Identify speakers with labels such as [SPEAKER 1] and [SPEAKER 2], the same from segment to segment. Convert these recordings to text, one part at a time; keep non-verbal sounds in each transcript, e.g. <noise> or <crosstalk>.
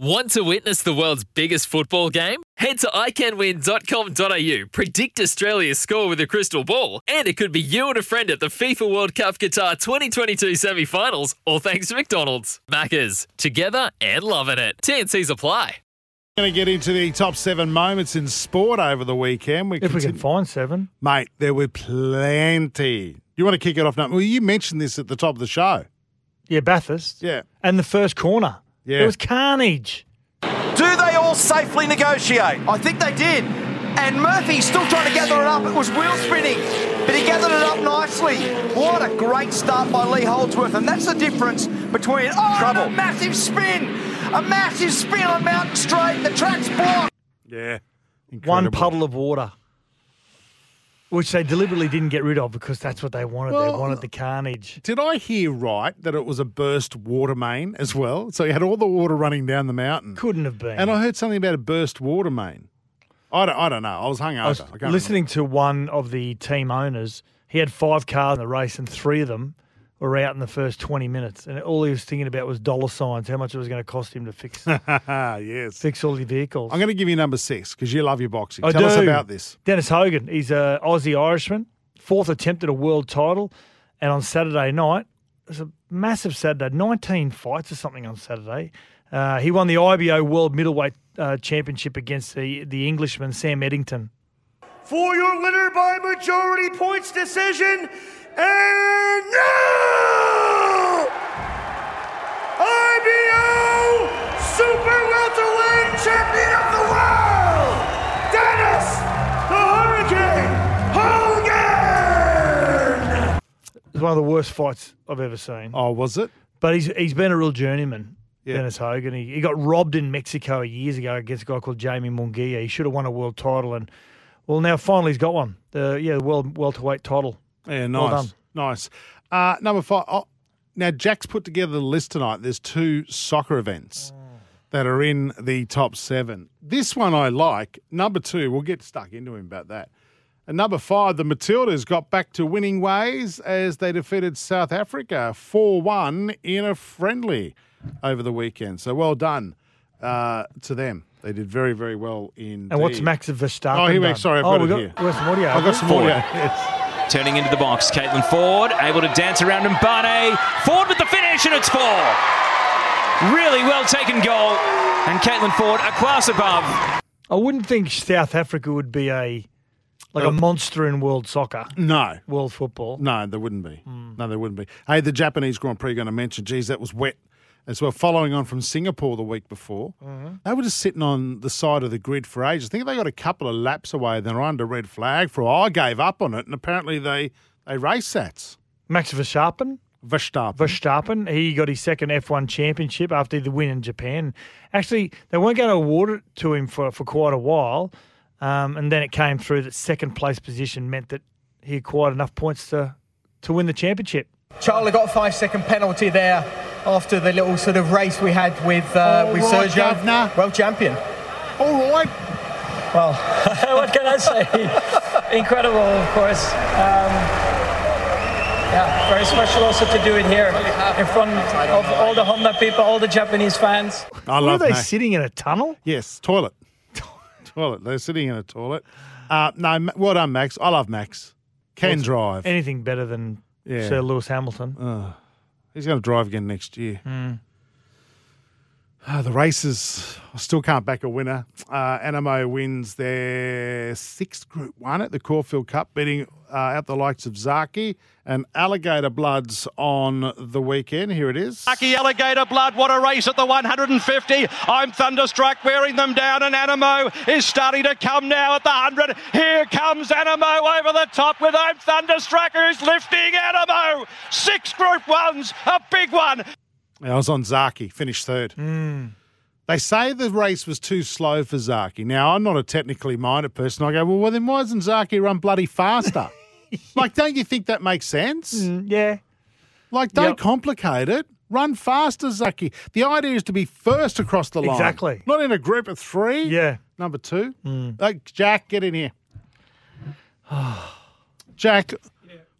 [SPEAKER 1] Want to witness the world's biggest football game? Head to iCanWin.com.au, predict Australia's score with a crystal ball, and it could be you and a friend at the FIFA World Cup Qatar 2022 semi finals, all thanks to McDonald's. Maccas, together and loving it. TNC's apply.
[SPEAKER 2] Going to get into the top seven moments in sport over the weekend.
[SPEAKER 3] If we can
[SPEAKER 2] continue-
[SPEAKER 3] find seven.
[SPEAKER 2] mate, there were plenty. You want to kick it off now? Well, you mentioned this at the top of the show.
[SPEAKER 3] Yeah, Bathurst.
[SPEAKER 2] Yeah.
[SPEAKER 3] And the first corner.
[SPEAKER 2] Yeah.
[SPEAKER 3] It was carnage.
[SPEAKER 4] Do they all safely negotiate? I think they did. And Murphy still trying to gather it up. It was wheel spinning, but he gathered it up nicely. What a great start by Lee Holdsworth. And that's the difference between oh, and
[SPEAKER 2] Trouble.
[SPEAKER 4] a massive spin. A massive spin on Mountain Straight. The track's blocked.
[SPEAKER 2] Yeah.
[SPEAKER 3] One puddle of water. Which they deliberately didn't get rid of because that's what they wanted.
[SPEAKER 2] Well-
[SPEAKER 3] they wanted the carnage.
[SPEAKER 2] Did I hear right that it was a burst water main as well? So you had all the water running down the mountain.
[SPEAKER 3] Couldn't have been.
[SPEAKER 2] And I heard something about a burst water main. I don't, I don't know. I was hungover.
[SPEAKER 3] I was
[SPEAKER 2] can't remember.
[SPEAKER 3] listening to one of the team owners. He had five cars in the race, and three of them were out in the first 20 minutes. And all he was thinking about was dollar signs, how much it was going to cost him to fix
[SPEAKER 2] <laughs> <laughs> yes.
[SPEAKER 3] fix all the vehicles.
[SPEAKER 2] I'm going to give you number six because you love your boxing.
[SPEAKER 3] I
[SPEAKER 2] Tell us
[SPEAKER 3] do.
[SPEAKER 2] about this.
[SPEAKER 3] Dennis Hogan. He's a Aussie Irishman, fourth attempt at a world title, and on Saturday night, it was a massive Saturday, 19 fights or something on Saturday. Uh, he won the IBO World Middleweight uh, Championship against the the Englishman Sam Eddington.
[SPEAKER 5] for your winner by majority points decision. And now, IBO Super Welterweight Champion of the World, Dennis the Hurricane Hogan!
[SPEAKER 3] It was one of the worst fights I've ever seen.
[SPEAKER 2] Oh, was it?
[SPEAKER 3] But he's he's been a real journeyman,
[SPEAKER 2] Yeah.
[SPEAKER 3] Dennis Hogan. He, he got robbed in Mexico years ago against a guy called Jamie Munguia. He should have won a world title, and well, now finally he's got one. The yeah, the world welterweight title.
[SPEAKER 2] Yeah,
[SPEAKER 3] Well
[SPEAKER 2] nice.
[SPEAKER 3] done.
[SPEAKER 2] nice. Uh, number five. Oh, now, Jack's put together the list tonight. There's two soccer events that are in the top seven. This one I like. Number two, we'll get stuck into him about that. And number five, the Matildas got back to winning ways as they defeated South Africa 4 1 in a friendly over the weekend. So well done uh, to them. They did very, very well in.
[SPEAKER 3] And what's Max Verstappen?
[SPEAKER 2] Oh, here we-
[SPEAKER 3] done?
[SPEAKER 2] sorry, I've
[SPEAKER 3] oh,
[SPEAKER 2] got
[SPEAKER 3] we
[SPEAKER 2] it
[SPEAKER 3] got
[SPEAKER 2] here.
[SPEAKER 3] we got some audio.
[SPEAKER 2] I've got
[SPEAKER 3] <laughs>
[SPEAKER 2] some more. <laughs>
[SPEAKER 6] Turning into the box, Caitlin Ford able to dance around Mbane. Ford with the finish, and it's four. Really well taken goal, and Caitlin Ford a class above.
[SPEAKER 3] I wouldn't think South Africa would be a like a monster in world soccer,
[SPEAKER 2] No,
[SPEAKER 3] world football.
[SPEAKER 2] No, there wouldn't be.
[SPEAKER 3] Hmm.
[SPEAKER 2] No, there wouldn't be. Hey, the Japanese Grand Prix going to mention, geez, that was wet as well. Following on from Singapore the week before,
[SPEAKER 3] Mm-hmm.
[SPEAKER 2] they were just sitting on the side of the grid for ages. I think they got a couple of laps away. They're under red flag for, I gave up on it. And apparently they, they race that.
[SPEAKER 3] Max Verstappen.
[SPEAKER 2] Verstappen.
[SPEAKER 3] Verstappen. He got his second F1 championship after the win in Japan. Actually, they weren't going to award it to him for, for quite a while. Um, and then it came through that second place position meant that he acquired enough points to, to win the championship.
[SPEAKER 7] Charlie got a five second penalty there after the little sort of race we had with uh,
[SPEAKER 2] All
[SPEAKER 7] with
[SPEAKER 2] right,
[SPEAKER 7] Sergio.
[SPEAKER 2] Governor.
[SPEAKER 7] World champion.
[SPEAKER 2] All right.
[SPEAKER 8] <laughs> what can I say? Incredible, of course. Um, yeah, very special also to do it here in front of all the Honda people, all the Japanese fans.
[SPEAKER 2] I
[SPEAKER 3] Were
[SPEAKER 2] love
[SPEAKER 3] they
[SPEAKER 2] that.
[SPEAKER 3] sitting in a tunnel?
[SPEAKER 2] yes,
[SPEAKER 3] <laughs>
[SPEAKER 2] toilet. toilet. They're sitting in a toilet. Uh, no, Ma- well done, Max. I love Max. Can drive.
[SPEAKER 3] Anything better than
[SPEAKER 2] Yeah. Uh.
[SPEAKER 3] Sir Lewis Hamilton?
[SPEAKER 2] He's going to drive again next year. Ah, the races, I still can't back a winner. Uh, Animo wins their sixth Group 1 at the Caulfield Cup, beating uh, out the likes of Zaki and Alligator Bloods on the weekend. Here it is.
[SPEAKER 9] Lucky Alligator Blood, what a race at the 150. I'm thunderstruck wearing them down, and Animo is starting to come now at the 100. Here comes Animo over the top with I'm thunderstruck, who's lifting Animo. Six group ones, a big one.
[SPEAKER 2] I was on Zaki, finished third. They say the race was too slow for Zaki. Now, I'm not a technically minded person. I go, well, well then why doesn't Zaki run bloody faster? like, don't you think that makes sense?
[SPEAKER 3] Mm, yeah.
[SPEAKER 2] Like, don't
[SPEAKER 3] Yep.
[SPEAKER 2] complicate it. Run faster, Zaki. The idea is to be first across the line.
[SPEAKER 3] Exactly.
[SPEAKER 2] Not in a group of three.
[SPEAKER 3] Yeah. Hmm.
[SPEAKER 2] Number two. Hey, Jack, get in here. <sighs> Jack,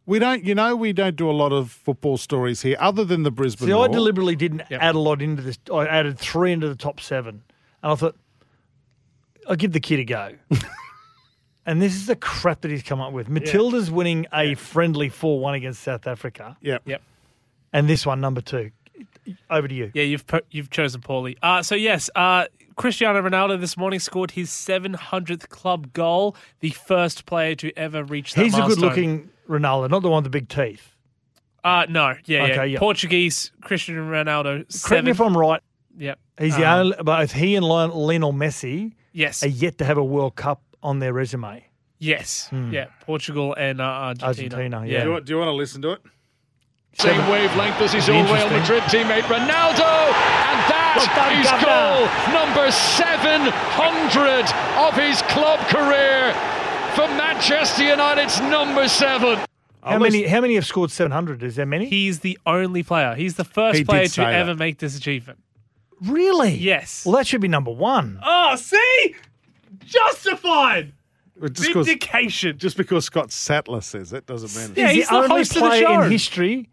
[SPEAKER 2] we don't, you know, we don't do a lot of football stories here other than the Brisbane.
[SPEAKER 3] See, I
[SPEAKER 2] Roar.
[SPEAKER 3] deliberately didn't add a lot into this. I added three into the top seven. And I thought, I'll give the kid a
[SPEAKER 10] <laughs>
[SPEAKER 3] go. and this is the crap that he's come up with. Matilda's winning a friendly 4 1 against South Africa.
[SPEAKER 2] Yep.
[SPEAKER 10] Yep.
[SPEAKER 3] And this one, number two. Over to you.
[SPEAKER 10] Yeah, you've put, you've chosen poorly. Uh, so yes, uh, Cristiano Ronaldo this morning scored his 700th club goal, the first player to ever reach that
[SPEAKER 3] He's a
[SPEAKER 10] milestone.
[SPEAKER 3] good looking Ronaldo, not the one with the big teeth.
[SPEAKER 10] Uh, no, yeah, yeah.
[SPEAKER 3] Okay, yeah.
[SPEAKER 10] Portuguese Cristiano Ronaldo.
[SPEAKER 3] Correct me
[SPEAKER 10] Seven.
[SPEAKER 3] if I'm right.
[SPEAKER 10] Yep.
[SPEAKER 3] He's the
[SPEAKER 10] Um,
[SPEAKER 3] only, both he and Lion- Lionel Messi
[SPEAKER 10] Yes.
[SPEAKER 3] are yet to have a World Cup on their resume.
[SPEAKER 10] Yes. Yeah. Portugal and uh,
[SPEAKER 3] Hmm.
[SPEAKER 10] Argentina.
[SPEAKER 3] Argentina,
[SPEAKER 10] yeah.
[SPEAKER 3] yeah.
[SPEAKER 2] Do you, do you want to listen to it?
[SPEAKER 6] Same wavelength as his old Real
[SPEAKER 3] Interesting.
[SPEAKER 6] Madrid teammate Ronaldo, and that
[SPEAKER 3] Well done,
[SPEAKER 6] is
[SPEAKER 3] Gabba.
[SPEAKER 6] goal number 700 of his club career for Manchester United's number seven.
[SPEAKER 3] How many, how many have scored 700? Is there many?
[SPEAKER 10] He's the only player. He's the first
[SPEAKER 2] He did
[SPEAKER 10] player to
[SPEAKER 2] say that.
[SPEAKER 10] ever make this achievement.
[SPEAKER 3] really?
[SPEAKER 10] Yes.
[SPEAKER 3] Well, that should be number one.
[SPEAKER 10] Oh, see, justified
[SPEAKER 2] It Just, cause,
[SPEAKER 10] vindication.
[SPEAKER 2] just because Scott Sattler says it doesn't mean it's
[SPEAKER 10] Yeah, he's
[SPEAKER 3] he's
[SPEAKER 10] the
[SPEAKER 3] the only
[SPEAKER 10] host of the
[SPEAKER 3] player
[SPEAKER 10] show.
[SPEAKER 3] in history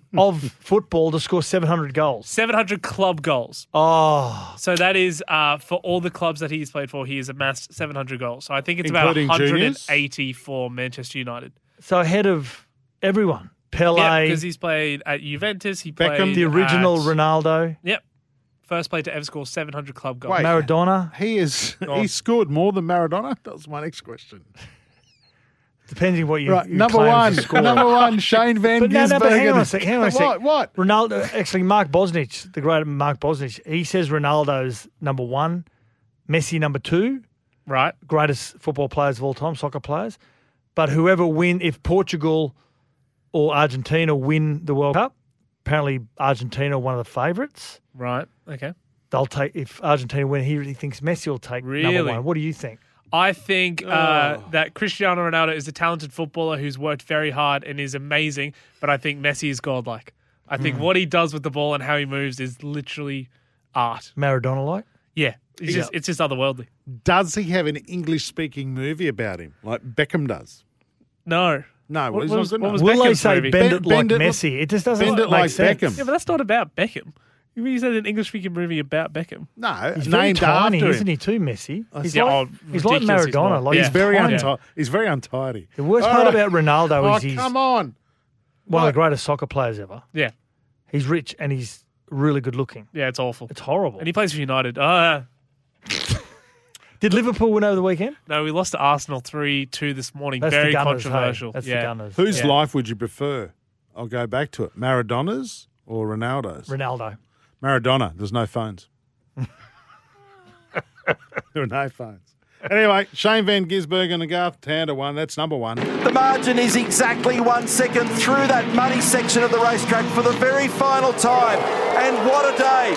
[SPEAKER 3] <laughs> of football to score 700 goals.
[SPEAKER 10] 700 club goals.
[SPEAKER 2] Ah.
[SPEAKER 3] Oh,
[SPEAKER 10] So that is uh, for all the clubs that he's played for, he has amassed 700 goals. So I think it's
[SPEAKER 2] Including
[SPEAKER 10] about
[SPEAKER 2] juniors?
[SPEAKER 10] 180 for Manchester United.
[SPEAKER 3] so ahead of everyone. Pele,
[SPEAKER 10] Yeah, because he's played at Juventus. He
[SPEAKER 2] Beckham,
[SPEAKER 10] played
[SPEAKER 3] the original
[SPEAKER 10] at-
[SPEAKER 3] Ronaldo,
[SPEAKER 10] Yep, first player to ever score 700 club goals.
[SPEAKER 2] Wait.
[SPEAKER 3] Maradona.
[SPEAKER 2] He <laughs> is. He scored more than Maradona. That was my next question.
[SPEAKER 3] Depending what you,
[SPEAKER 2] Right,
[SPEAKER 3] you
[SPEAKER 2] number
[SPEAKER 3] claim
[SPEAKER 2] one,
[SPEAKER 3] to score.
[SPEAKER 2] number one, Shane Van
[SPEAKER 3] But no,
[SPEAKER 2] Gisbergen.
[SPEAKER 3] no, but hang on a sec. Hang on a sec.
[SPEAKER 2] What? What?
[SPEAKER 3] Ronaldo, actually, Mark Bosnich, the great Mark Bosnich, he says Ronaldo's number one, Messi number two,
[SPEAKER 10] Right?
[SPEAKER 3] greatest football players of all time, soccer players. But whoever win, if Portugal or Argentina win the World Cup, apparently Argentina are one of the favourites.
[SPEAKER 10] Right. Okay.
[SPEAKER 3] They'll take if Argentina win. He really thinks Messi will take
[SPEAKER 10] Really?
[SPEAKER 3] number one. What do you think?
[SPEAKER 10] I think uh, that Cristiano Ronaldo is a talented footballer who's worked very hard and is amazing, but I think Messi is godlike. I think
[SPEAKER 3] Hmm.
[SPEAKER 10] what he does with the ball and how he moves is literally art.
[SPEAKER 3] Maradona like
[SPEAKER 10] Yeah. It's just it's just otherworldly.
[SPEAKER 2] Does he have an English-speaking movie about him, like Beckham does?
[SPEAKER 10] No.
[SPEAKER 2] No,
[SPEAKER 10] What-
[SPEAKER 2] well, he's
[SPEAKER 10] what
[SPEAKER 2] not
[SPEAKER 10] was-
[SPEAKER 2] good
[SPEAKER 10] what
[SPEAKER 2] enough.
[SPEAKER 10] was
[SPEAKER 3] will they
[SPEAKER 10] Beckham's
[SPEAKER 3] say
[SPEAKER 10] movie.
[SPEAKER 3] bend it
[SPEAKER 2] Bend-
[SPEAKER 3] like
[SPEAKER 2] bend it-
[SPEAKER 3] Messi? it just doesn't
[SPEAKER 2] Bend it
[SPEAKER 3] make
[SPEAKER 2] like
[SPEAKER 3] sense.
[SPEAKER 2] Beckham.
[SPEAKER 10] Yeah, but that's not about Beckham. You mean you said an English speaking movie about Beckham?
[SPEAKER 2] no,
[SPEAKER 3] He's very
[SPEAKER 2] named
[SPEAKER 3] tiny,
[SPEAKER 2] after him.
[SPEAKER 3] isn't he? Too Messi. He's
[SPEAKER 10] Yeah,
[SPEAKER 3] like,
[SPEAKER 10] oh,
[SPEAKER 3] he's like
[SPEAKER 10] ridiculous he's
[SPEAKER 3] Maradona.
[SPEAKER 10] not.
[SPEAKER 3] like
[SPEAKER 10] Yeah.
[SPEAKER 2] He's very
[SPEAKER 3] tiny.
[SPEAKER 2] untidy. He's very untidy.
[SPEAKER 3] The worst
[SPEAKER 2] All
[SPEAKER 3] part
[SPEAKER 2] right.
[SPEAKER 3] about Ronaldo
[SPEAKER 2] Oh,
[SPEAKER 3] is he's
[SPEAKER 2] come on.
[SPEAKER 3] one
[SPEAKER 2] What?
[SPEAKER 3] of the greatest soccer players ever.
[SPEAKER 10] Yeah.
[SPEAKER 3] He's rich and he's really good looking.
[SPEAKER 10] Yeah, it's awful.
[SPEAKER 3] It's horrible.
[SPEAKER 10] And he plays for United. Uh,
[SPEAKER 3] Did Liverpool win over the weekend?
[SPEAKER 10] no, we lost to Arsenal 3 2 this morning.
[SPEAKER 3] That's
[SPEAKER 10] Very
[SPEAKER 3] the Gunners. hey?
[SPEAKER 10] controversial.
[SPEAKER 3] That's
[SPEAKER 10] yeah.
[SPEAKER 3] the Gunners.
[SPEAKER 2] Whose
[SPEAKER 10] Yeah.
[SPEAKER 2] life would you prefer? I'll go back to it. Maradona's or Ronaldo's?
[SPEAKER 3] Ronaldo.
[SPEAKER 2] Maradona. There's no phones. <laughs> there are no phones. Anyway, Shane Van Gisbergen and Garth Tander won. That's number one.
[SPEAKER 4] The margin is exactly one second through that muddy section of the racetrack for the very final time. And what a day!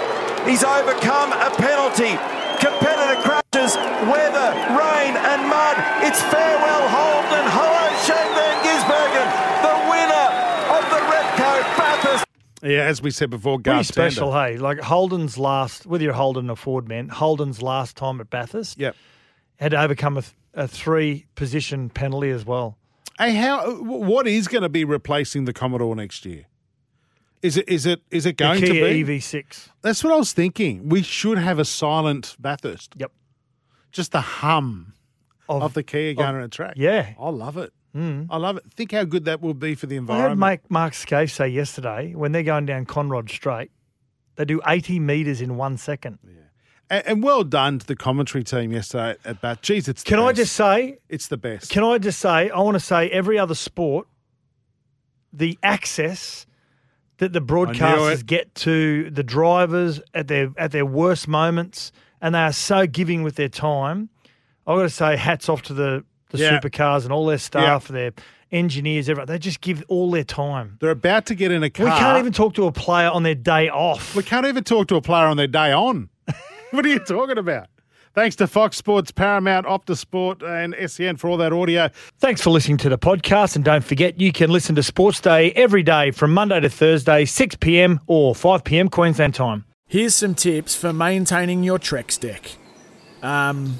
[SPEAKER 4] He's overcome a penalty. Competitor crashes, weather, rain, and mud. It's farewell, hold, and hello, Shane Van Gisbergen, the winner of the Redco Bathurst.
[SPEAKER 2] Yeah, as we said before, Garth
[SPEAKER 3] Pretty special,
[SPEAKER 2] Tander.
[SPEAKER 3] hey? Like Holden's last, whether you're Holden or Ford man, Holden's last time at Bathurst
[SPEAKER 2] Yep.
[SPEAKER 3] had to overcome a, th- a three position penalty as well.
[SPEAKER 2] Hey, how? wh- What is going to be replacing the Commodore next year? Is it? Is it? Is it
[SPEAKER 3] The
[SPEAKER 2] going to
[SPEAKER 3] Kia E
[SPEAKER 2] be?
[SPEAKER 3] EV6.
[SPEAKER 2] That's what I was thinking. We should have a silent Bathurst.
[SPEAKER 3] Yep.
[SPEAKER 2] Just the hum of, the Kia going on a track.
[SPEAKER 3] Oh, yeah. Mm.
[SPEAKER 2] I love it. I love it. Think how good that will be for the
[SPEAKER 3] I heard
[SPEAKER 2] environment.
[SPEAKER 3] Mike, Mark Scaife say yesterday when they're going down Conrod Strait, they do 80 metres in one second.
[SPEAKER 2] And, and well done to the commentary team yesterday at Bat. Jeez, it's the
[SPEAKER 3] Can I
[SPEAKER 2] best.
[SPEAKER 3] just say,
[SPEAKER 2] It's the best.
[SPEAKER 3] Can I just say, I want to say every other sport, the access that the broadcasters
[SPEAKER 2] it.
[SPEAKER 3] get to the drivers at their at their worst moments, and they are so giving with their time. I've got to say, hats off to the, the
[SPEAKER 2] Yeah.
[SPEAKER 3] supercars and all their staff, their engineers, everyone. They just give all their time.
[SPEAKER 2] They're about to get in a car.
[SPEAKER 3] We can't even talk to a player on their day off. <laughs>
[SPEAKER 2] We can't even talk to a player on their day on. what are you talking about? Thanks to Fox Sports, Paramount, Optus Sport, and SEN for all that audio.
[SPEAKER 3] Thanks for listening to the podcast. And don't forget, you can listen to Sports Day every day from Monday to Thursday, 6 p.m. or 5 p.m. Queensland time.
[SPEAKER 4] Here's some tips for maintaining your Trex deck. Um,